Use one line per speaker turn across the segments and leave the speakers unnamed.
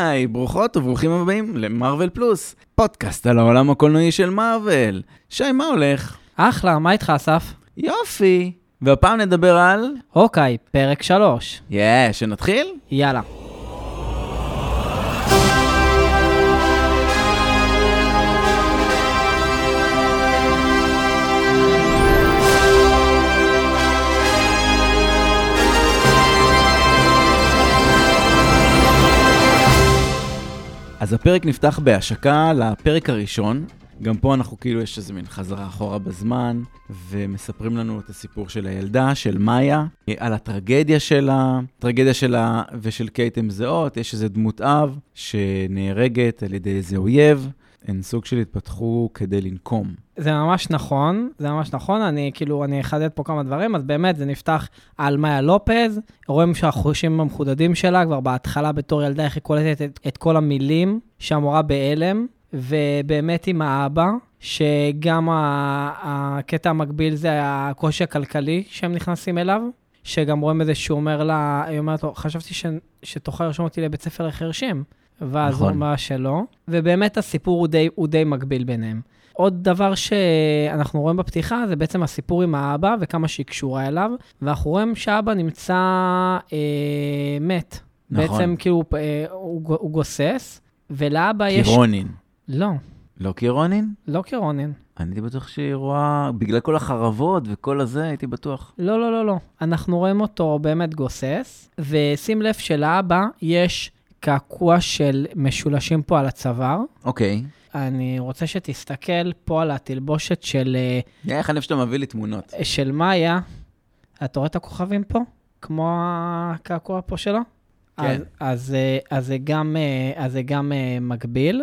היי, ברוכות וברוכים הבאים למרוויל פלוס, פודקאסט על העולם הקולנועי של מארוול. שי, מה הולך?
אחלה, מה איתך אסף?
יופי. והפעם נדבר על...
הוקאי, אוקיי, פרק 3.
יא, שנתחיל?
יאללה.
אז הפרק נפתח בהשקה לפרק הראשון. גם פה אנחנו כאילו, יש איזה מין חזרה אחורה בזמן, ומספרים לנו את הסיפור של הילדה, של מאיה, על הטרגדיה שלה, הטרגדיה שלה ושל קייט הם זהות, יש איזה דמות אב שנהרגת על ידי איזה אויב, הן סוג של התפתחו כדי לנקום.
זה ממש נכון, זה ממש נכון, אני כאילו, אני אחדד פה כמה דברים, אז באמת, זה נפתח על מאיה לופז, רואים שהחושים המחודדים שלה, כבר בהתחלה בתור ילדה, איך היא קולטת את, את כל המילים שהמורה בהלם, ובאמת עם האבא, שגם ה- הקטע המקביל זה הקושי הכלכלי שהם נכנסים אליו, שגם רואים את זה שהוא אומר לה, היא אומרת לו, חשבתי ש, שתוכל לרשום אותי לבית ספר לחרשים, ואז
נכון.
הוא אומר שלא, ובאמת הסיפור הוא די, הוא די מקביל ביניהם. עוד דבר שאנחנו רואים בפתיחה זה בעצם הסיפור עם האבא וכמה שהיא קשורה אליו, ואנחנו רואים שהאבא נמצא אה, מת.
נכון.
בעצם כאילו אה, הוא, גו- הוא גוסס, ולאבא יש...
קירונין.
לא,
לא קירונין?
לא כרונן.
אני הייתי בטוח שהיא רואה, בגלל כל החרבות וכל הזה, הייתי בטוח.
לא, לא, לא, לא. אנחנו רואים אותו באמת גוסס, ושים לב שלאבא יש קעקוע של משולשים פה על הצוואר.
אוקיי.
אני רוצה שתסתכל פה על התלבושת של, אה,
איך אני אוהב שאתה מביא לי תמונות.
של מאיה. אתה רואה את הכוכבים פה? כמו הקעקוע פה שלו?
כן.
אז, אז, אה, אז זה גם, אה, אז זה גם אה, מגביל.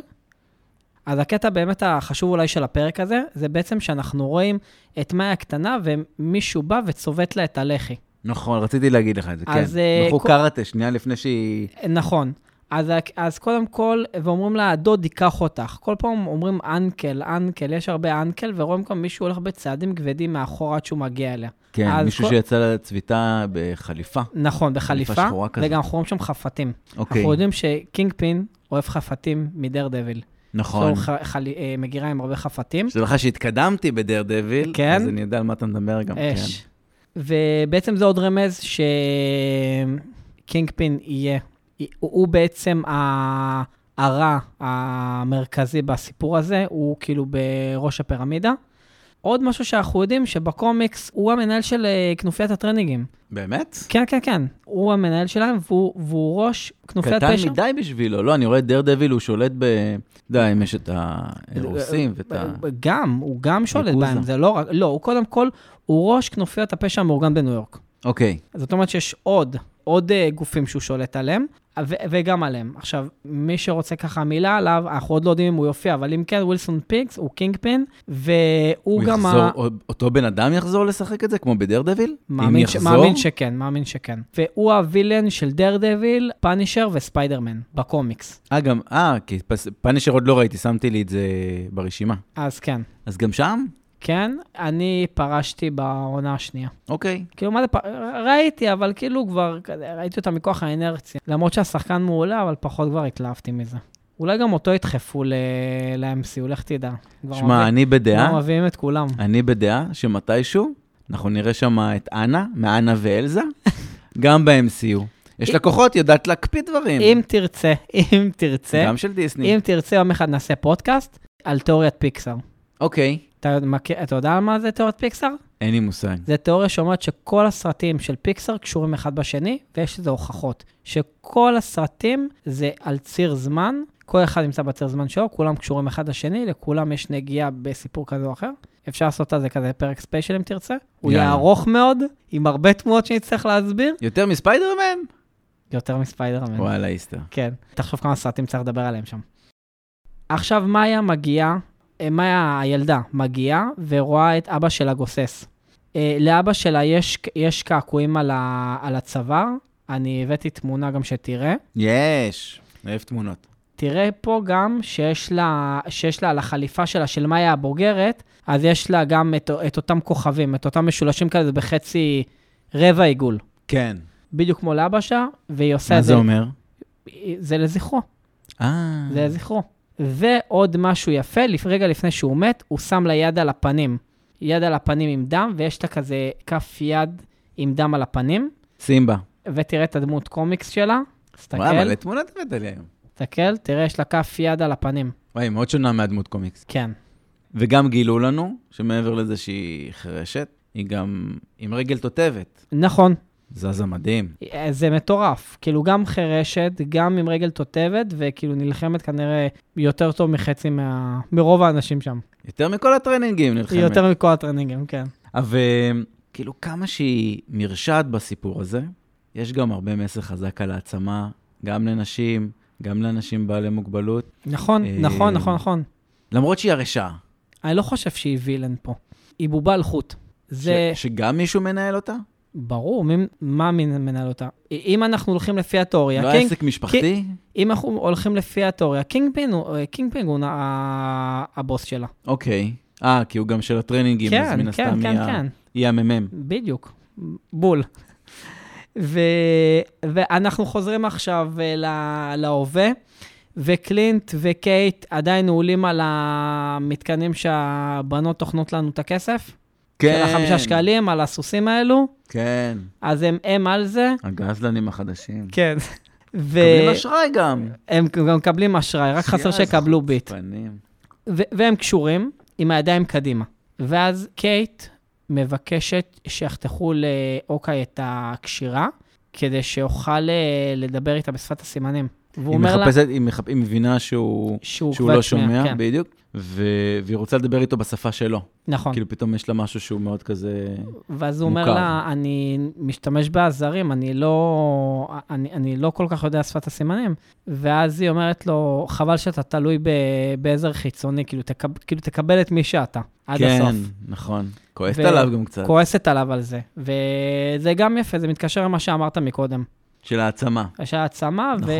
אז הקטע באמת החשוב אולי של הפרק הזה, זה בעצם שאנחנו רואים את מאיה הקטנה ומישהו בא וצובט לה את הלחי.
נכון, רציתי להגיד לך את זה, כן.
אז, אה,
בחור
כל-
קראטה, שנייה לפני שהיא...
נכון. אז, אז קודם כל, ואומרים לה, הדוד ייקח אותך. כל פעם אומרים אנקל, אנקל, יש הרבה אנקל, ורואים גם מישהו הולך בצעדים כבדים מאחור עד שהוא מגיע אליה.
כן,
אז
מישהו
כל-
שיצא לצביטה בחליפה.
נכון, בחליפה,
שחורה כזה.
וגם אנחנו רואים שם חפתים.
אוקיי,
אנחנו יודעים שקינג פין אוהב חפתים מדר דביל.
נכון.
יש לו ח- חלי- אה, מגירה עם הרבה חפתים.
שתדע לך שהתקדמתי בדר דביל,
כן?
אז אני יודע על מה אתה מדבר גם, כן.
אש. ובעצם זה עוד רמז שקינג פין יהיה, הוא- הוא בעצם ה- הרע המרכזי בסיפור הזה, הוא כאילו בראש הפירמידה. עוד משהו שאנחנו יודעים, שבקומיקס הוא המנהל של אה, כנופיית הטרנינגים.
באמת?
כן, כן, כן, הוא המנהל שלהם, והוא, והוא ראש כנופיית
קטן
פשע.
מדי בשבילו, לא, אני רואה את דר דביל, הוא שולט ב... אתה יודע, אם יש את הרוסים ואת ה...
כאילו, אה, גם, הוא גם שולט
ריכוז.
בהם, זה לא רק, לא, הוא קודם כל, הוא ראש כנופיית הפשע המאורגן בניו יורק.
אוקיי,
זאת אומרת שיש עוד, עוד אה, גופים שהוא שולט עליהם, ו- וגם עליהם. עכשיו, מי שרוצה ככה מילה עליו, אנחנו עוד לא יודעים אם הוא יופיע, אבל אם כן, ווילסון פיקס הוא קינג פין, והוא
הוא
גם... ה-
יחזור, אותו בן אדם יחזור לשחק את זה, כמו בדר דביל?
מאמין,
אם
ש-
יחזור?
מאמין שכן, מאמין שכן. והוא הווילן של דר דביל, פאנישר וספיידרמן, בקומיקס.
אה, גם, אה, כי פס- פאנישר עוד לא ראיתי, שמתי לי את זה ברשימה.
אז כן.
אז גם שם?
כן, אני פרשתי בעונה השנייה.
אוקיי.
כאילו, מה זה פ... ראיתי, אבל כאילו כבר, כזה, ראיתי אותה מכוח האינרציה. למרות שהשחקן מעולה, אבל פחות כבר התלהבתי מזה. אולי גם אותו ידחפו ל... ל-MCU, לך תדע. כבר
שמע, אני בדעה,
כבר מביאים את כולם.
אני בדעה שמתישהו אנחנו נראה שם את אנה, מאנה ואלזה, גם ב-MCU. יש לה כוחות, יודעת להקפיא דברים.
אם תרצה, אם תרצה,
גם של דיסני.
אם תרצה, יום אחד נעשה פודקאסט על תיאוריית פיקסאר.
אוקיי,
אתה, מכיר, אתה יודע על מה זה תיאוריית פיקסאר?
אין לי מושג.
זה תיאוריה שאומרת שכל הסרטים של פיקסאר קשורים אחד בשני, ויש לזה הוכחות. שכל הסרטים זה על ציר זמן, כל אחד נמצא בציר זמן שלו, כולם קשורים אחד לשני, לכולם יש נגיעה בסיפור כזה או אחר. אפשר לעשות על זה כזה פרק ספיישל אם תרצה. הוא
יאללה.
יהיה ארוך מאוד, עם הרבה תמונות שנצטרך להסביר,
יותר מספיידרמן?
יותר מספיידרמן.
וואלה, איסטר.
כן. תחשוב כמה סרטים צריך לדבר עליהם שם. עכשיו מאיה מגיעה, אה, מאיה הילדה מגיעה ורואה את אבא שלה גוסס. אה, לאבא שלה יש, יש קעקועים על, ה, על הצוואר, אני הבאתי תמונה גם שתראה.
יש. אוהב תמונות.
תראה פה גם שיש לה, שיש לה על החליפה שלה, של מאיה הבוגרת, אז יש לה גם את, את אותם כוכבים, את אותם משולשים כאלה בחצי, רבע עיגול.
כן.
בדיוק כמו לאבא שלה, והיא עושה
מה
את
זה אומר?
זה לזכרו.
אה,
זה זכרו. ועוד משהו יפה, לפ- רגע לפני שהוא מת, הוא שם לה יד על הפנים. יד על הפנים עם דם, ויש לה כזה כף יד עם דם על הפנים,
סימבה.
ותראה את הדמות קומיקס שלה.
וואי,
תסתכל,
אבל תמונה הבאת לי היום.
תסתכל, תראה, יש לה כף יד על הפנים.
וואי, מאוד שונה מהדמות קומיקס.
כן.
וגם גילו לנו, שמעבר לזה שהיא חירשת, היא גם עם רגל תותבת.
נכון,
זזה מדהים.
זה מטורף. כאילו, גם חירשת, גם עם רגל תותבת, וכאילו נלחמת כנראה יותר טוב מחצי מה... מרוב האנשים שם.
יותר מכל הטרנינגים נלחמת.
היא יותר מכל הטרנינגים, כן.
אבל כאילו, כמה שהיא מרשעת בסיפור הזה, יש גם הרבה מסר חזק על העצמה, גם לנשים, גם לאנשים בעלי מוגבלות,
נכון,
אה,
נכון, נכון, נכון.
למרות שהיא הרשעה.
אני לא חושב שהיא וילן פה. היא בובה על חוט. זה
ש- שגם מישהו מנהל אותה?
ברור, מי, מה מי מנהל אותה? אם אנחנו הולכים לפי התיאוריה,
לא היה
קינג,
עסק משפחתי?
אם אנחנו הולכים לפי התיאוריה, קינג פין הוא, אה, קינג פין הוא נ- ה- הבוס שלה.
אוקיי. אה, כי הוא גם של הטרנינגים, אז מן
כן,
הסתם
כן,
היא
כן,
ה-
כן,
היא הממ"מ.
בדיוק, בול. ו... ואנחנו חוזרים עכשיו אה, ל- להווה, וקלינט וקייט עדיין נעולים על המתקנים שהבנות טוחנות לנו את הכסף. של החמישה שקלים, על הסוסים האלו.
כן,
אז הם, הם על זה.
הגזלנים החדשים.
כן.
מקבלים
והם
אשראי גם.
גם מקבלים אשראי, רק חסר
שנייה,
שיקבלו
זה
ביט.
חוצפנים.
ו- והם קשורים עם הידיים קדימה. ואז קייט מבקשת שיחתכו לאוקיי את הקשירה, כדי שאוכל אה, לדבר איתה בשפת הסימנים. והוא
היא
אומר לה
מחפשת, היא מחפ- היא מבינה שהוא...
שהוא
שהוא לא
כבד
שומע,
כן.
בדיוק, ו- והיא רוצה לדבר איתו בשפה שלו.
נכון.
כאילו פתאום יש לה משהו שהוא מאוד כזה...
ואז הוא אומר
מוכר.
לה, אני משתמש בעזרים, אני לא, אני, אני לא כל כך יודע שפת הסימנים. ואז היא אומרת לו, חבל שאתה תלוי ב, בעזר חיצוני, כאילו, תקב, כאילו תקבל את מי שאתה, עד
כן,
הסוף.
נכון. כועסת
ו-
עליו גם קצת,
כועסת עליו על זה. וזה גם יפה, זה מתקשר למה שאמרת מקודם.
של העצמה.
יש העצמה
נכון.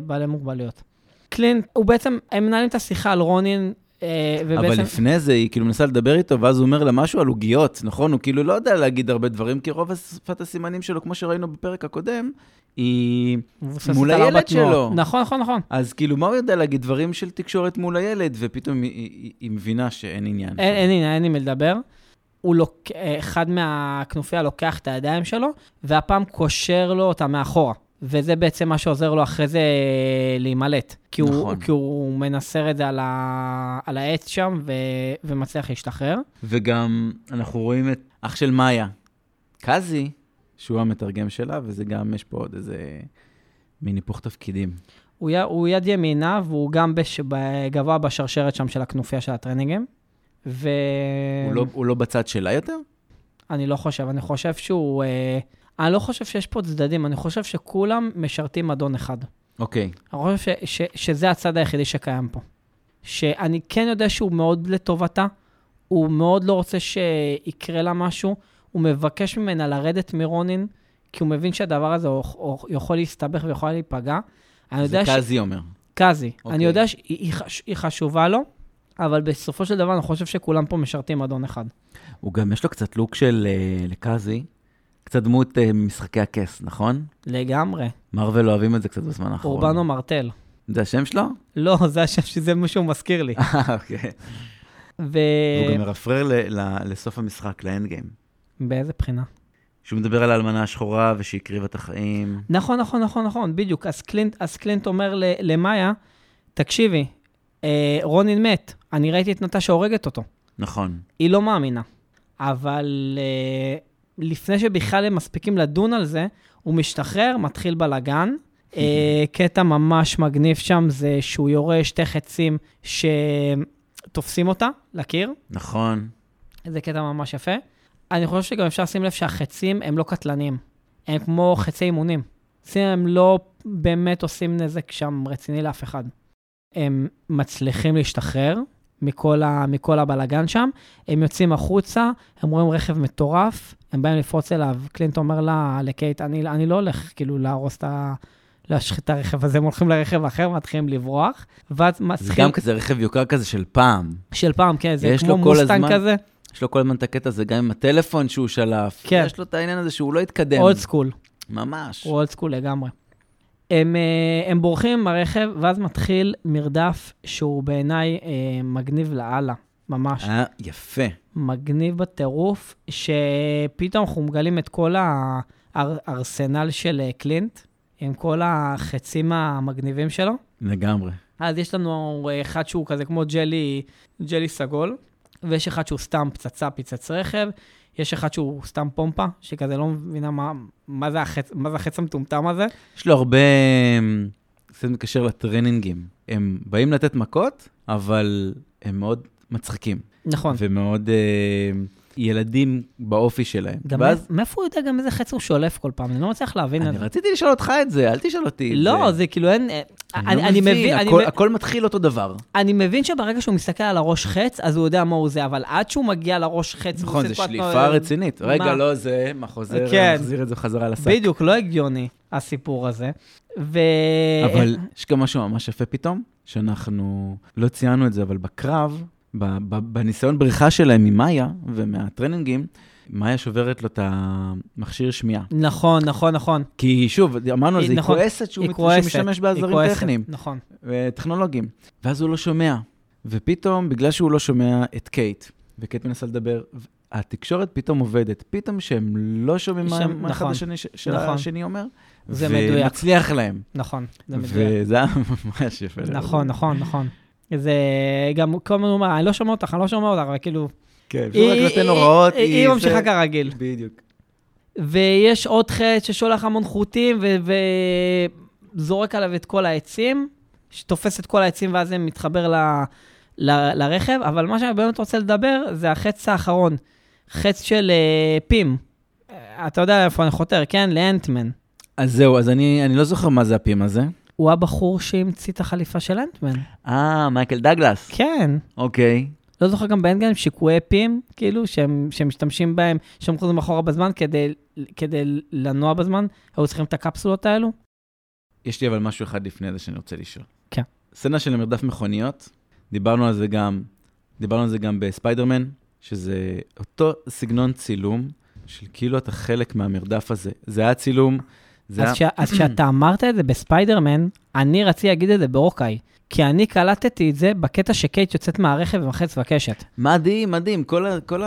ובעלי מוגבלויות. קלין, הוא בעצם, הם מנהלים את השיחה על רונין, אה,
אבל
ובעצם...
לפני זה היא כאילו מנסה לדבר איתו, ואז הוא אומר לה משהו על עוגיות, נכון? הוא כאילו לא יודע להגיד הרבה דברים, כי רוב שפת הסימנים שלו, כמו שראינו בפרק הקודם, היא...
מבוססת
מול
על ארבע
הילד
תנועות.
שלו.
נכון, נכון, נכון.
אז כאילו, מה הוא יודע להגיד? דברים של תקשורת מול הילד, ופתאום היא- היא היא מבינה שאין עניין.
אין, אין, אין, אין עם מי לדבר. הוא לוק... אה, אחד מהכנופיה לוקח את הידיים שלו, והפעם קושר לו אותה מאחורה. וזה בעצם מה שעוזר לו אחרי זה אה, להימלט. כי הוא,
נכון.
כי הוא מנסר את זה על, ה... על העץ שם ו... ומצליח להשתחרר.
וגם אנחנו רואים את אח של מאיה, קזי, שהוא המתרגם שלה, וזה גם, יש פה עוד איזה מין היפוך תפקידים.
הוא, י... הוא יד ימינה, והוא גם בש... ב- גבוה בשרשרת שם של הכנופיה של הטרנינגים. ו... כן.
הוא לא- הוא לא בצד שלה יותר?
אני לא חושב, אני חושב שהוא... אה... אני לא חושב שיש פה צדדים, אני חושב שכולם משרתים אדון אחד.
אוקיי.
אני חושב ש, ש, שזה הצד היחידי שקיים פה. שאני כן יודע שהוא מאוד לטובתה, הוא מאוד לא רוצה שיקרה לה משהו, הוא מבקש ממנה לרדת מרונין, כי הוא מבין שהדבר הזה הוא, הוא, יכול להסתבך ויכול להיפגע. אני
זה
יודע ש...
קזי אומר.
קזי.
אוקיי.
אני יודע שהיא היא חש- היא חשובה לו, אבל בסופו של דבר אני חושב שכולם פה משרתים אדון אחד.
הוא גם, יש לו קצת לוק של אה, לקזי, קצת דמות אה, ממשחקי הכס, נכון?
לגמרי.
מרוויל אוהבים את זה קצת בזמן האחרון.
אורבנו מרטל.
זה השם שלו?
לא, זה השם שזה מה שהוא מזכיר לי.
אה, אוקיי.
ו...
והוא גם מרפרר ל- ל- לסוף המשחק, לאנד גיים.
באיזה בחינה?
שהוא מדבר על האלמנה השחורה ושהיא הקריבה את החיים.
נכון, נכון, נכון, נכון, בדיוק. אז קלינט, אז קלינט אומר ל- למאיה, תקשיבי, אה, רונין מת, אני ראיתי את נטשה הורגת אותו.
נכון.
היא לא מאמינה. אבל אה, לפני שבכלל הם מספיקים לדון על זה, הוא משתחרר, מתחיל בלאגן. אה, קטע ממש מגניב שם זה שהוא יורה שתי חצים שתופסים אותה לקיר.
נכון.
זה קטע ממש יפה. אני חושב שגם אפשר לשים לב שהחצים הם לא קטלניים. הם כמו חצי אימונים. חצים הם לא באמת עושים נזק שם רציני לאף אחד. הם מצליחים להשתחרר מכל, ה, מכל הבלגן שם, הם יוצאים החוצה, הם רואים רכב מטורף, הם באים לפרוץ אליו. קלינט אומר לה, לקייט, אני, אני לא הולך כאילו להרוס את ה... להשחית את הרכב הזה, הם הולכים לרכב אחר, מתחילים לברוח, ואז
זה
מצחיקים
גם כזה רכב יוקר כזה של פעם.
של פעם, כן, זה
יש
כמו
לו כל
מוסטנג
הזמן-
כזה,
יש לו כל הזמן את הקטע הזה, גם עם הטלפון שהוא שלף.
כן.
יש לו את העניין הזה שהוא לא התקדם.
אולד סקול.
ממש.
הוא אולד סקול לגמרי. הם, אה, הם בורחים מהרכב, ואז מתחיל מרדף שהוא בעיניי אה, מגניב לאללה, ממש.
היה יפה.
מגניב בטירוף, שפתאום אנחנו מגלים את כל הארסנל של אה, קלינט, עם כל החצים המגניבים שלו.
לגמרי.
אז יש לנו אה, אחד שהוא כזה כמו ג'לי, ג'לי סגול, ויש אחד שהוא סתם פצצה, פיצץ רכב, יש אחד שהוא סתם פומפה, שכזה לא מבינה מה, מה, זה, החץ, מה זה החץ המטומטם הזה.
יש לו הרבה... זה מתקשר לטרנינגים. הם באים לתת מכות, אבל הם מאוד מצחיקים.
נכון.
ומאוד אה, ילדים באופי שלהם.
גם
ואז...
מאיפ- מאיפה הוא יודע גם איזה חץ הוא שולף כל פעם? אני לא מצליח להבין את
אני
זה.
רציתי לשאול אותך את זה, אל תשאל אותי את
לא,
זה.
זה כאילו אין... אה, אני
לא
אני מבין, אני
הכל,
מ-
הכל מתחיל אותו דבר.
אני מבין שברגע שהוא מסתכל על הראש חץ, אז הוא יודע מה הוא זה, אבל עד שהוא מגיע לראש חץ... הוא
נכון,
עושה
זו
כל התנועה-
שליפה רצינית. רגע,
מה?
לא זה, מה חוזר, אה,
כן.
מחזיר את זה חזרה לשק.
בדיוק, לא הגיוני, הסיפור הזה. ו...
אבל יש גם משהו ממש יפה פתאום, שאנחנו לא ציינו את זה, אבל בקרב, ב- ב- בניסיון בריחה שלהם ממאיה ומהטרנינגים, מאיה שוברת לו את המכשיר שמיעה.
נכון, נכון, נכון.
כי שוב, אמרנו על זה, היא
נכון,
כועסת שהוא
היא
מת- שהוא
כועסת,
משתמש
היא
בעזרים
כועסת,
טכניים,
נכון.
אה, טכנולוגיים. ואז הוא לא שומע. ופתאום, בגלל שהוא לא שומע את קייט, וקייט מנסה לדבר, ו- התקשורת פתאום עובדת. פתאום שהם לא שומעים מה-
שם-
מה אחד
נכון,
השני ש- של
נכון.
השני אומר,
זה מדויק.
ומצליח להם.
נכון, זה מדויק.
וזה היה ממש יפה. לראות.
נכון, נכון, נכון. זה גם, כל הזמן הוא אומר, אני לא שומע אותך, אני לא שומע אותך, אבל כאילו...
כן, פשוט רק נותן הוראות.
היא- היא
זה-
ממשיכה כרגיל.
בדיוק.
ויש עוד חץ ששולח המון חוטים ו- וזורק עליו את כל העצים, שתופס את כל העצים ואז זה מתחבר ל- ל- לרכב, אבל מה שאני באמת רוצה לדבר זה החץ האחרון, חץ של אה, פים. אה, אתה יודע איפה אני חותר, כן? לאנטמן.
אז זהו, אז אני אני לא זוכר מה זה הפים הזה.
הוא הבחור שהמציא את החליפה של אנטמן.
אה, מייקל דגלס.
כן.
אוקיי.
לא זוכר גם באנדגיים שיקויי פים, כאילו, שהם, שהם משתמשים בהם, שהם חוזרים אחורה בזמן כדי, כדי לנוע בזמן, היו צריכים את הקפסולות האלו.
יש לי אבל משהו אחד לפני זה שאני רוצה לשאול.
כן.
סצנה של מרדף מכוניות, דיברנו על זה גם, דיברנו על זה גם בספיידרמן, שזה אותו סגנון צילום, של כאילו אתה חלק מהמרדף הזה. זה היה צילום, זה היה...
אז, ש... אז כשאתה אמרת את זה בספיידרמן, אני רציתי להגיד את זה ברוקאי, כי אני קלטתי את זה בקטע שקייט יוצאת מהרכב עם החץ והקשת.
מדהים, מדהים. כל, ה- כל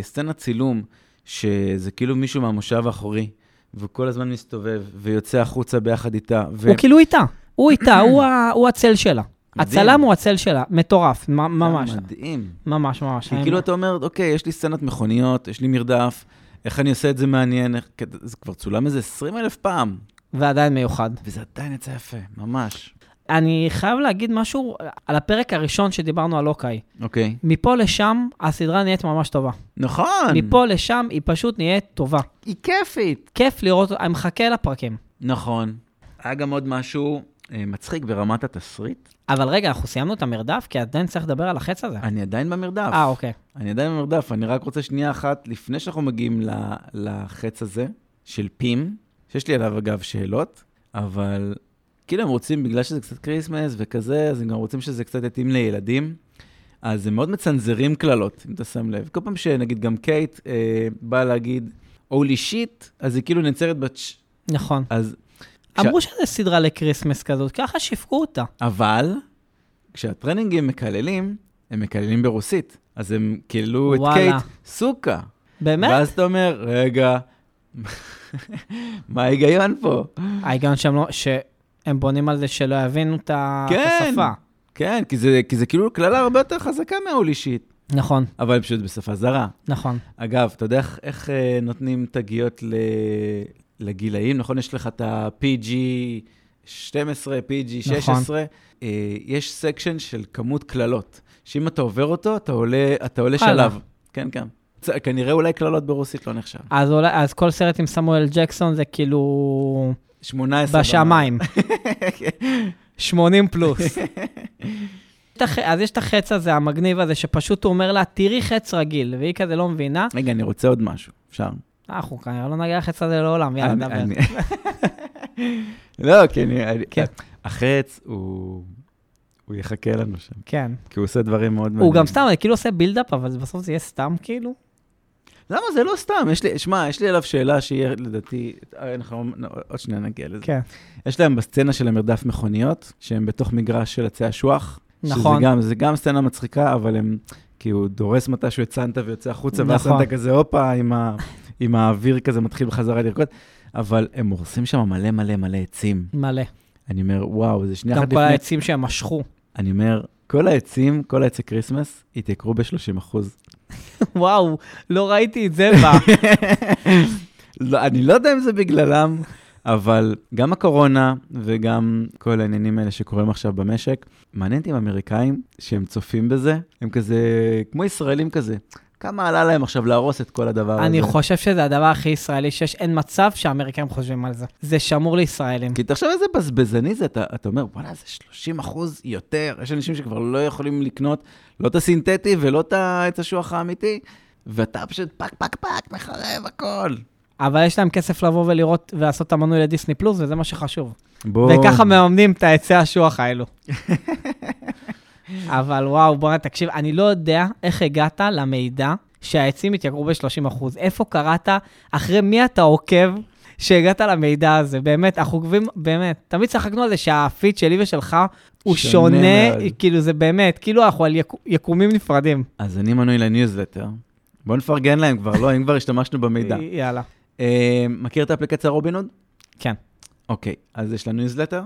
הסצנת צילום, שזה כאילו מישהו מהמושב האחורי, וכל הזמן מסתובב, ויוצא החוצה ביחד איתה. ו...
הוא כאילו איתה, הוא איתה, הוא, ה... הוא הצל שלה.
מדהים.
הצלם הוא הצל שלה, מטורף, מ- ממש. לא.
זה מדהים.
ממש, ממש.
כי כאילו אתה אומר, אוקיי, יש לי סצנת מכוניות, יש לי מרדף, איך אני עושה את זה מעניין, איך... כד- זה כבר צולם איזה 20 אלף פעם,
ועדיין מיוחד.
וזה עדיין יצא יפה, ממש.
אני חייב להגיד משהו על הפרק הראשון שדיברנו על אוקיי.
אוקיי.
מפה לשם, הסדרה נהיית ממש טובה.
נכון!
מפה לשם, היא פשוט נהיית טובה.
היא כיפית.
כיף לראות, אני מחכה לפרקים.
נכון. היה גם עוד משהו אה, מצחיק ברמת התסריט.
אבל רגע, אנחנו סיימנו את המרדף, כי עדיין צריך לדבר על החץ הזה.
אני עדיין במרדף.
אה, אוקיי.
אני עדיין במרדף, אני רק רוצה שנייה אחת, לפני שאנחנו מגיעים ל- לחץ הזה, של פים, שיש לי עליו אגב שאלות, אבל כאילו הם רוצים, בגלל שזה קצת כריסמס וכזה, אז הם גם רוצים שזה קצת יתאים לילדים, אז הם מאוד מצנזרים קללות, אם אתה שם לב. כל פעם שנגיד גם קייט אה, באה להגיד, הולי שיט, אז היא כאילו נעצרת בת ש...
נכון.
אז... כשה-
אמרו שזה סדרה לקריסמס כזאת, ככה שיווקו אותה.
אבל כשהטרנינגים מקללים, הם מקללים ברוסית. אז הם קיללו את
וואלה.
קייט, סוכה.
באמת?
ואז אתה אומר, רגע, מה ההיגיון פה?
ההיגיון שהם לא, שהם בונים על זה שלא יבינו את ה- את
כן.
השפה.
כן, כי זה, כי זה כאילו קללה הרבה יותר חזקה מהעול אישית,
נכון,
אבל פשוט בשפה זרה.
נכון.
אגב, אתה יודע איך, איך אה, נותנים תגיות ל, לגילאים? נכון, יש לך את ה-PG 12, PG 16,
נכון.
אה, יש סקשן של כמות קללות, שאם אתה עובר אותו, אתה עולה, אתה עולה
הלאה.
שלב. כן, כן. צ- כנראה אולי קללות ברוסית לא נחשב.
אז אולי- אז כל סרט עם סמואל ג'קסון זה כאילו
18.
בשמיים. 80 פלוס. את הח- אז יש את החץ הזה, המגניב הזה, שפשוט הוא אומר לה, תראי חץ רגיל, והיא כזה לא מבינה,
רגע, אני רוצה עוד משהו, אפשר?
אנחנו כנראה לא נגיע לחץ הזה לעולם, יאללה,
אני-
דבר.
אני- לא, כי אני... אני-
כן.
החץ, הוא הוא יחכה לנו שם,
כן.
כי הוא עושה דברים מאוד מעניינים.
הוא גם סתם, כאילו עושה בילדאפ, אבל בסוף זה יהיה סתם כאילו.
למה זה לא סתם? יש לי, שמע, יש לי עליו שאלה שהיא לדעתי, אה, אנחנו עוד שנייה נגיע לזה.
כן.
יש להם בסצנה של המרדף מכוניות, שהם בתוך מגרש של עצי אשוח.
נכון.
שזה גם, זה גם סצנה מצחיקה, אבל הם, כי הוא דורס מתישהו את סנטה ויוצא החוצה, ואז
נכון.
סנטה כזה, הופה, עם, ה, עם האוויר כזה מתחיל בחזרה לרקוד. אבל הם הורסים שם מלא מלא מלא עצים.
מלא.
אני אומר, וואו, זה שנייה
גם
אחת
כל
לפני...
העצים שהם משכו.
אני אומר, כל העצים, כל העצי כריסמס, התייקרו ב-30 אחוז.
וואו, לא ראיתי את זה בה.
לא, אני לא יודע אם זה בגללם, אבל גם הקורונה וגם כל העניינים האלה שקורים עכשיו במשק, מעניין אותי אם האמריקאים, שהם צופים בזה, הם כזה, כמו ישראלים כזה, כמה עלה להם עכשיו להרוס את כל הדבר הזה?
אני חושב שזה הדבר הכי ישראלי שיש, אין מצב שהאמריקאים חושבים על זה. זה שמור לישראלים.
כי תחשוב איזה בזבזני זה, אתה, אתה אומר, וואלה, זה 30 אחוז יותר. יש אנשים שכבר לא יכולים לקנות לא את הסינתטי ולא את ה- את השוח האמיתי, ואתה פשוט פק, פק, פק, מחרב הכל.
אבל יש להם כסף לבוא ולראות ולעשות את המנוי לדיסני פלוס, וזה מה שחשוב.
בוא...
וככה מממנים את העצי השוח האלו. אבל וואו, בוא'נה, תקשיב, אני לא יודע איך הגעת למידע שהעצים התייקרו ב-30%. איפה קראת, אחרי מי אתה עוקב שהגעת למידע הזה? באמת, אנחנו עוקבים, באמת. תמיד צחקנו על זה שהפיד שלי ושלך הוא
שונה
שונה,
מאוד.
כאילו זה באמת, כאילו אנחנו על יקו- יקומים נפרדים.
אז אני מנוי לניוזלטר. בוא נפרגן להם כבר, לא, אם כבר השתמשנו במידע.
יאללה.
אה, מכיר את האפליקציה רובין הוד?
כן.
אוקיי, אז יש לנו ניוזלטר,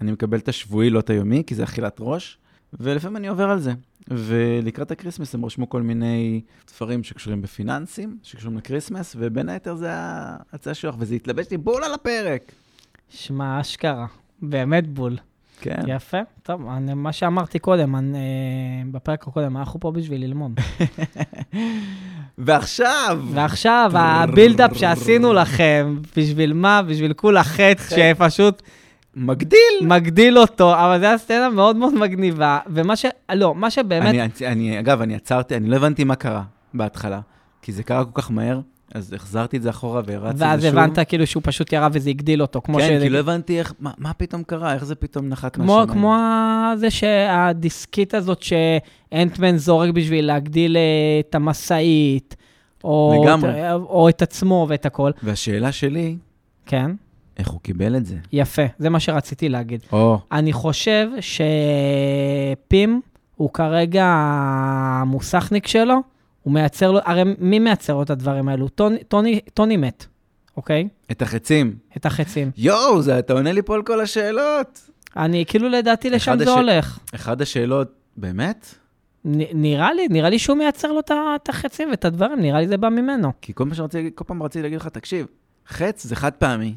אני מקבל את השבועי, לא את היומי, כי זה אכילת ראש, ולפעמים אני עובר על זה. ולקראת הקריסמס הם רשמו כל מיני ספרים שקשורים בפיננסים, שקשורים לקריסמס, ובין היתר זה ה- הצעה שלך, וזה התלבש לי בול על הפרק.
שמע, אשכרה. באמת בול.
כן.
יפה. טוב, אני, מה שאמרתי קודם, אני, אה, בפרק הקודם, אנחנו פה בשביל ללמוד.
ועכשיו,
ועכשיו, הבילדאפ שעשינו לכם, בשביל מה? בשביל כולה חטא שפשוט
מגדיל.
מגדיל אותו, אבל זו הייתה סצנה מאוד מאוד מגניבה, ומה ש... לא, מה שבאמת...
אני, אני- אני, אגב, אני עצרתי, אני לא הבנתי מה קרה בהתחלה, כי זה קרה כל כך מהר, אז החזרתי את זה אחורה והרצתי את זה שוב.
ואז הבנת כאילו שהוא פשוט ירה וזה הגדיל אותו, כמו
כן,
שזה-
כי לא הבנתי איך, מה, מה פתאום קרה, איך זה פתאום נחת
כמו,
מהשמיים.
כמו ה- זה שהדיסקית הזאת שאנטמן זורק בשביל להגדיל אה, את המשאית, או,
לגמרי.
את, או את עצמו ואת הכל.
והשאלה שלי,
כן,
איך הוא קיבל את זה?
יפה, זה מה שרציתי להגיד.
או,
אני חושב שפים הוא כרגע המוסכניק שלו, הוא מייצר לו, הרי מי מייצר לו את הדברים האלו? טוני, טוני, טוני מת, אוקיי?
את החצים.
את החצים.
יואו, זה, אתה עונה לי פה על כל השאלות.
אני, כאילו לדעתי לשם
אחד
זה
הש-
הולך.
אחד השאלות, באמת?
נ, נראה לי, נראה לי שהוא מייצר לו את ה- את החצים ואת הדברים, נראה לי זה בא ממנו.
כי כל, מה שרציתי, להגיד- כל פעם רציתי להגיד לך, תקשיב, חץ זה חד פעמי.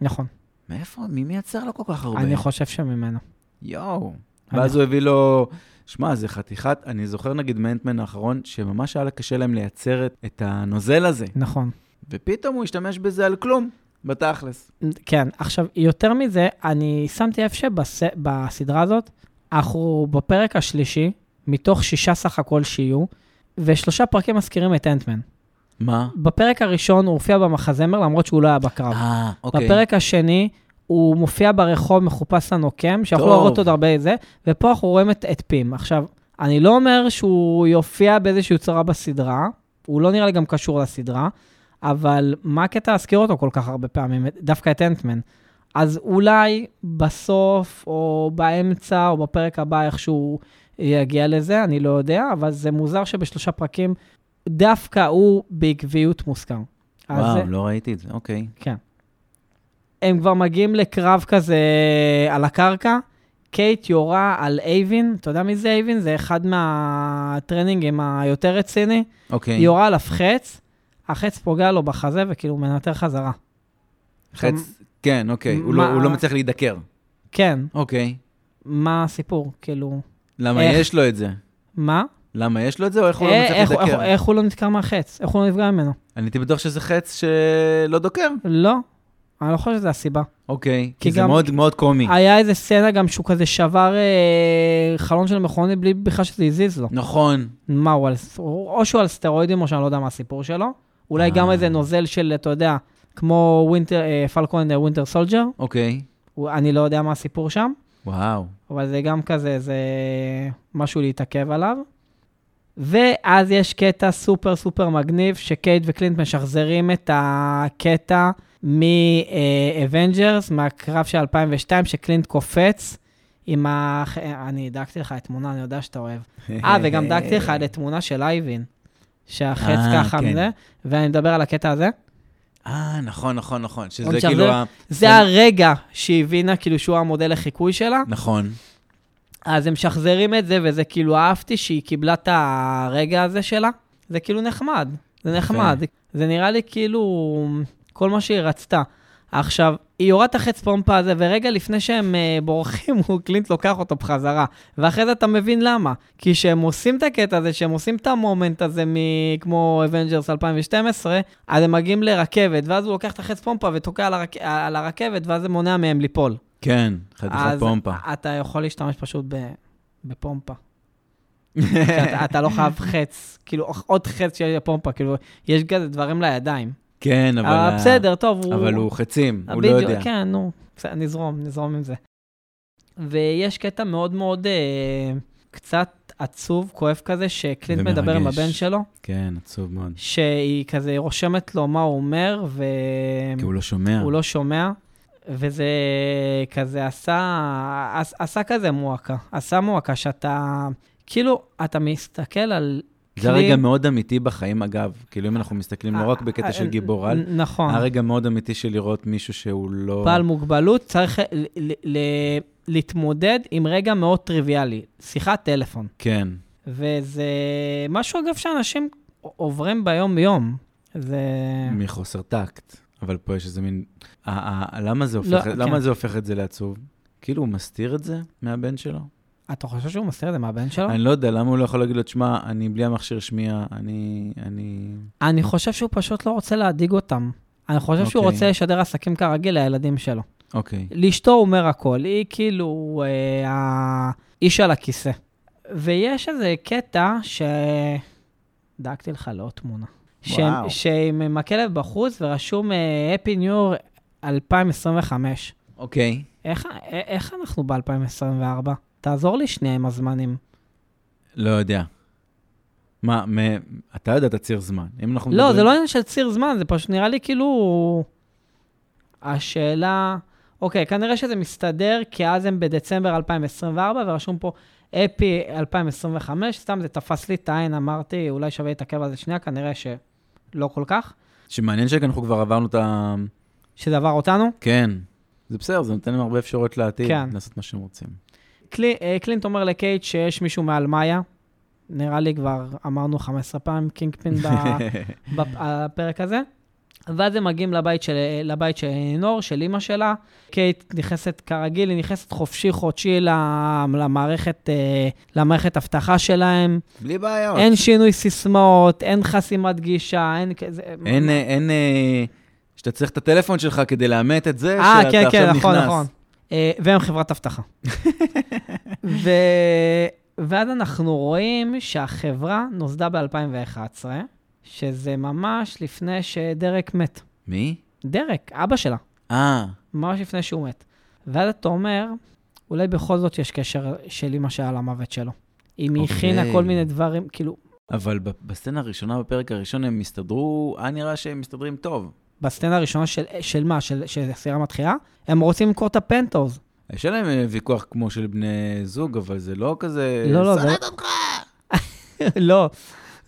נכון,
מאיפה, מי מייצר לו כל כך הרבה?
אני חושב שממנו.
יואו.
אני
ואז הוא הביא לו, שמע, זה חתיכת, אני זוכר נגיד מאנטמן האחרון, שממש היה לה קשה להם לייצר את- את הנוזל הזה,
נכון.
ופתאום הוא השתמש בזה על כלום, בתכלס.
כן, עכשיו, יותר מזה, אני שמתי לב שבסדרה הזאת, אנחנו בפרק השלישי, מתוך שישה סך הכל שיהיו, ושלושה פרקים מזכירים את אנטמן.
מה?
בפרק הראשון הוא הופיע במחזמר, למרות שהוא לא היה בקרב.
אה, אוקיי.
בפרק השני, הוא מופיע ברחוב מחופש לנוקם, שאנחנו לא
טוב.
רואות עוד הרבה את זה, ופה אנחנו רואים את, את פים. עכשיו, אני לא אומר שהוא יופיע באיזושהי צורה בסדרה, הוא לא נראה לי גם קשור לסדרה, אבל מה הקטע להזכיר אותו כל כך הרבה פעמים, את- דווקא את אנטמן? אז אולי בסוף, או באמצע, או בפרק הבא, איכשהו יגיע לזה, אני לא יודע, אבל זה מוזר שבשלושה פרקים דווקא הוא בעקביות מוזכר. אז זה-
וואו, לא ראיתי את זה, אוקיי.
הם כבר מגיעים לקרב כזה אה, על הקרקע. קייט יורה על אייבין, אתה יודע מי זה אייבין? זה אחד מהטרנינגים היותר רציני.
אוקיי.
היא יורה עליו חץ, החץ פוגע לו בחזה וכאילו הוא מנטר חזרה.
חץ, כן, אוקיי. הוא
מה-
לא- הוא לא מצליח להידקר.
כן,
אוקיי.
מה הסיפור? כאילו,
למה
איך?
יש לו את זה?
מה?
למה יש לו את זה, או איך הוא לא
אה,
מצליח
איך, איך,
להידקר?
איך הוא לא נתקע מהחץ? איך הוא לא נפגע ממנו?
אני הייתי בטוח שזה חץ שלא דוקר.
לא, אני לא חושב שזו הסיבה.
אוקיי.
כי
כי זה
גם- אה,
מאוד מאוד קומי.
היה איזה סצנה גם שהוא כזה שבר אה, חלון של מכונית בלי בכלל שזה הזיז לו.
נכון.
מה, הוא על, או שהוא על סטרואידים, או שאני לא יודע מה הסיפור שלו. אולי
אה.
גם איזה נוזל של, אתה יודע, כמו ווינטר, אה, פלקון ווינטר סולג'ר,
אוקיי.
אני לא יודע מה הסיפור שם,
וואו.
אבל זה גם כזה, זה משהו להתעכב עליו. ואז יש קטע סופר סופר מגניב, שקייט וקלינט משחזרים את הקטע מאבנג'רס, מהקרב של 2002, שקלינט קופץ. עם ה... אני דאגתי לך לתמונה, אני יודע שאתה אוהב. אה, וגם דאגתי לך לתמונה של אייבין, שהחץ
אה,
ככה
כן.
מזה, ואני מדבר על הקטע הזה.
אה, נכון, נכון, נכון. שזה
עוד
כאילו
שחזר.
ה...
זה הרגע שהיא הבינה כאילו שהוא המודל לחיקוי שלה,
נכון.
אז הם משחזרים את זה, וזה כאילו אהבתי שהיא קיבלה את הרגע הזה שלה. זה כאילו נחמד, זה נחמד. זה נראה לי כאילו כל מה שהיא רצתה. עכשיו, היא יורה את החץ פומפה הזה, ורגע לפני שהם uh, בורחים, הוא קלינט לוקח אותו בחזרה. ואחרי זה אתה מבין למה. כי כשהם עושים את הקטע הזה, כשהם עושים את המומנט הזה מ- כמו אבנג'רס 2012, אז הם מגיעים לרכבת, ואז הוא לוקח את החץ פומפה ותוקע על, הרכ... על הרכבת, ואז זה מונע מהם ליפול.
כן, חתיכת
אז אה,
פומפה.
אתה יכול להשתמש פשוט ב- בפומפה. אתה, אתה לא חייב חץ, כאילו עוד חץ שיש לפומפה, כאילו, יש כזה דברים לידיים.
כן, אבל...
אבל
ה-
אה, בסדר, טוב, הוא...
אבל הוא חצים, הוא לא
בדיוק,
יודע.
כן, נו, בסדר, נזרום, נזרום עם זה. ויש קטע מאוד מאוד אה, קצת עצוב, כואב כזה, שקלינט מדבר עם
ומרגש.
הבן שלו,
כן, עצוב מאוד.
שהיא כזה רושמת לו מה הוא אומר, ו...
כי הוא לא שומע.
הוא לא שומע, וזה כזה עשה, עש- עשה כזה מועקה. עשה מועקה שאתה, כאילו, אתה מסתכל על...
זה
כלי-
רגע מאוד אמיתי בחיים, אגב. כאילו, אם אנחנו מסתכלים לא רק
אה,
בקטע של
אה,
גיבור על,
נ- נכון.
הרגע מאוד אמיתי של לראות מישהו שהוא לא...
בעל מוגבלות צריך ל- ל- ל- להתמודד עם רגע מאוד טריוויאלי, שיחת טלפון.
כן.
וזה משהו, אגב, שאנשים עוברים ביום-יום. זה...
מחוסר טקט. אבל פה יש איזה מין... אה, אה, למה זה
לא,
הופך-
כן.
למה זה הופך את זה לעצוב? כאילו, הוא מסתיר את זה מהבן שלו?
אתה חושב שהוא מסתיר את זה מהבן שלו?
אני לא יודע, למה הוא לא יכול להגיד לו, תשמע, אני בלי המכשיר שמיעה, אני... אני...
אני חושב שהוא פשוט לא רוצה להדאיג אותם. אני חושב שהוא
אוקיי.
רוצה לשדר עסקים כרגיל לילדים שלו.
אוקיי.
לאשתו הוא אומר הכל, היא כאילו אה, האיש על הכיסא. ויש איזה קטע ש... דאגתי לך לעוד תמונה.
וואו.
שהם- שהם עם הכלב בחוץ ורשום אה, Happy New Year 2025.
אוקיי.
איך, א- איך אנחנו ב-2024? תעזור לי שנייה עם הזמנים.
לא יודע. מה, מ- אתה יודע, אתה ציר זמן. אם אנחנו
לא,
מדברים-
זה לא עניין של ציר זמן, זה פשוט נראה לי כאילו... השאלה... אוקיי, כנראה שזה מסתדר, כי אז הם בדצמבר 2024, ורשום פה אפי 2025, סתם זה תפס לי את העין, אמרתי, אולי שווה להתעכב על זה שנייה, כנראה שלא כל כך,
שמעניין שאנחנו כבר עברנו את ה...
שזה עבר אותנו.
כן. זה בסדר, זה נותן להם הרבה אפשרויות לעתיד,
כן.
לעשות מה שהם רוצים.
קלי, אה, קלינט אומר לקייט שיש מישהו מעל מאיה, נראה לי כבר אמרנו 15 פעם קינג פין ב... בפרק הזה. ואז הם מגיעים לבית של, לבית של נור, של אימא שלה. קייט נכנסת כרגיל, היא נכנסת חופשי חודשי ל- למערכת, אה, למערכת אבטחה שלהם.
בלי בעיות.
אין שינוי סיסמאות, אין חסימת גישה, אין כזה...
אין, אה, אין, אה, שאתה צריך את הטלפון שלך כדי לאמת את זה,
אה,
שאתה
כן,
עכשיו
כן,
נכנס.
נכון, נכון. אה, והם חברת אבטחה. ו... ואז אנחנו רואים שהחברה נוסדה ב-2011, שזה ממש לפני שדרק מת.
מי?
דרק, אבא שלה.
אה,
ממש לפני שהוא מת. ואז אתה אומר, אולי בכל זאת יש קשר של אמא שלה למוות שלו. אם היא
אוקיי.
הכינה כל מיני דברים, כאילו,
אבל ב- בסצנה הראשונה, בפרק הראשון, הם הסתדרו, היה נראה שהם מסתדרים טוב.
בסצנה הראשונה של, של מה? של, של הסירה מתחילה? הם רוצים למכור את הפנטהאוז.
יש להם אה, ויכוח כמו של בני זוג, אבל זה לא כזה...
לא, לא,
"שונאת
זה-
אותך!"
לא.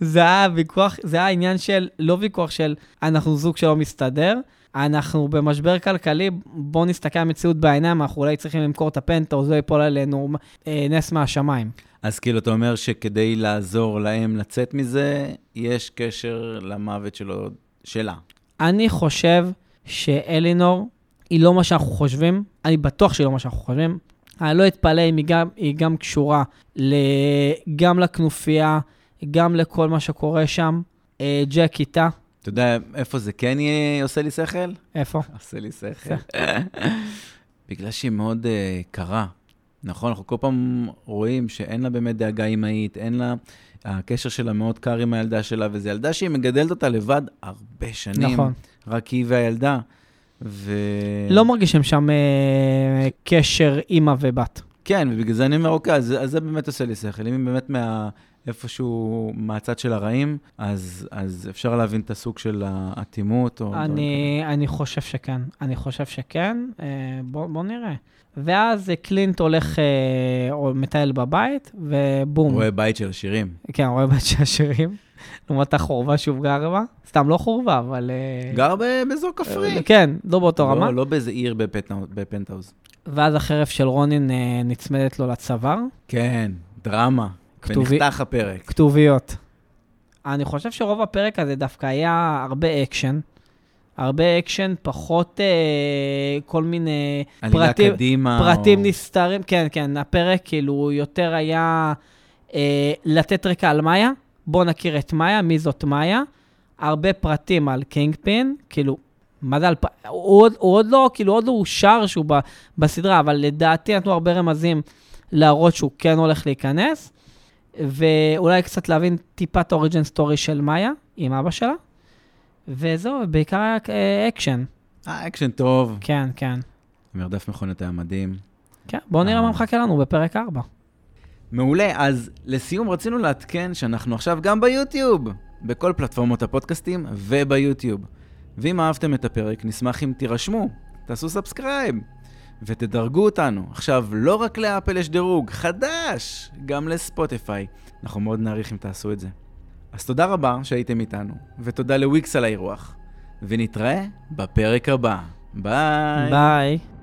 זה היה ויכוח, זה היה עניין של, לא ויכוח של אנחנו זוג שלא מסתדר, אנחנו במשבר כלכלי, בואו נסתכל על המציאות בעיניים, אנחנו אולי צריכים למכור את הפנטהאוז, לא ייפול עלינו אה, נס מהשמיים.
אז כאילו, אתה אומר שכדי לעזור להם לצאת מזה, יש קשר למוות שלו, שלה.
אני חושב שאלינור היא לא מה שאנחנו חושבים, אני בטוח שהיא לא מה שאנחנו חושבים. אני לא אתפלא אם היא גם, היא גם קשורה ל, גם לכנופיה, גם לכל מה שקורה שם. אה, ג'ק איתה,
אתה יודע איפה זה כן יהיה, עושה לי שכל?
איפה?
עושה לי שכל. בגלל שהיא מאוד אה, קרה. נכון, אנחנו כל פעם רואים שאין לה באמת דאגה אימהית, אין לה... הקשר שלה מאוד קר עם הילדה שלה, וזו ילדה שהיא מגדלת אותה לבד הרבה שנים.
נכון.
רק היא והילדה. ו...
לא מרגישים שם אה, קשר אימא ובת.
כן, ובגלל זה אני אומר, אוקיי, אז, אז זה באמת עושה לי שכל. אם היא באמת מה... איפשהו מהצד של הרעים, אז, אז אפשר להבין את הסוג של האטימות או... דברים
אני, אני חושב שכן, אני חושב שכן, אה, בוא, בוא נראה. ואז אה, קלינט הולך, אה, או מטייל בבית,
כאלה.
ובום.
רואה בית של עשירים.
כן, רואה בת של עשירים, לעומת החורבה שהוא גר בה. סתם לא חורבה, אבל... אה,
גר ב- באזור כפרי.
אה, כן, לא באותו רמה.
לא, לא באיזה עיר בפטנאו- בפנטהאוז.
ואז החרב של רונין אה, נצמדת לו לצוואר.
כן, דרמה.
כתובי-
ונחתך הפרק.
כתוביות. אני חושב שרוב הפרק הזה דווקא היה הרבה אקשן. הרבה אקשן, פחות אה, כל מיני
עלילה
פרטים-
קדימה.
פרטים
או-
נסתרים. כן, כן, הפרק כאילו יותר היה אה, לתת רקע על מאיה. בואו נכיר את מאיה, מי זאת מאיה. הרבה פרטים על קינג פין, כאילו, מה זה על... פ- הוא עוד, הוא עוד לא, כאילו, עוד לא אושר שהוא ב, בסדרה, אבל לדעתי נתנו הרבה רמזים להראות שהוא כן הולך להיכנס, ואולי קצת להבין טיפה את האוריג'ן סטורי של מאיה, עם אבא שלה, וזהו, בעיקר היה אה, אקשן.
אה, אקשן טוב.
כן, כן.
מרדף מכונת היה מדהים.
כן, בואו נראה מה מחכה לנו בפרק 4.
מעולה, אז לסיום רצינו לעדכן שאנחנו עכשיו גם ביוטיוב, בכל פלטפורמות הפודקאסטים וביוטיוב. ואם אהבתם את הפרק, נשמח אם תירשמו, תעשו סאבסקרייב ותדרגו אותנו. עכשיו, לא רק לאפל יש דירוג, חדש, גם לספוטיפיי. אנחנו מאוד נעריך אם תעשו את זה. אז תודה רבה שהייתם איתנו, ותודה לוויקס על האירוח, ונתראה בפרק הבא. ביי.
ביי.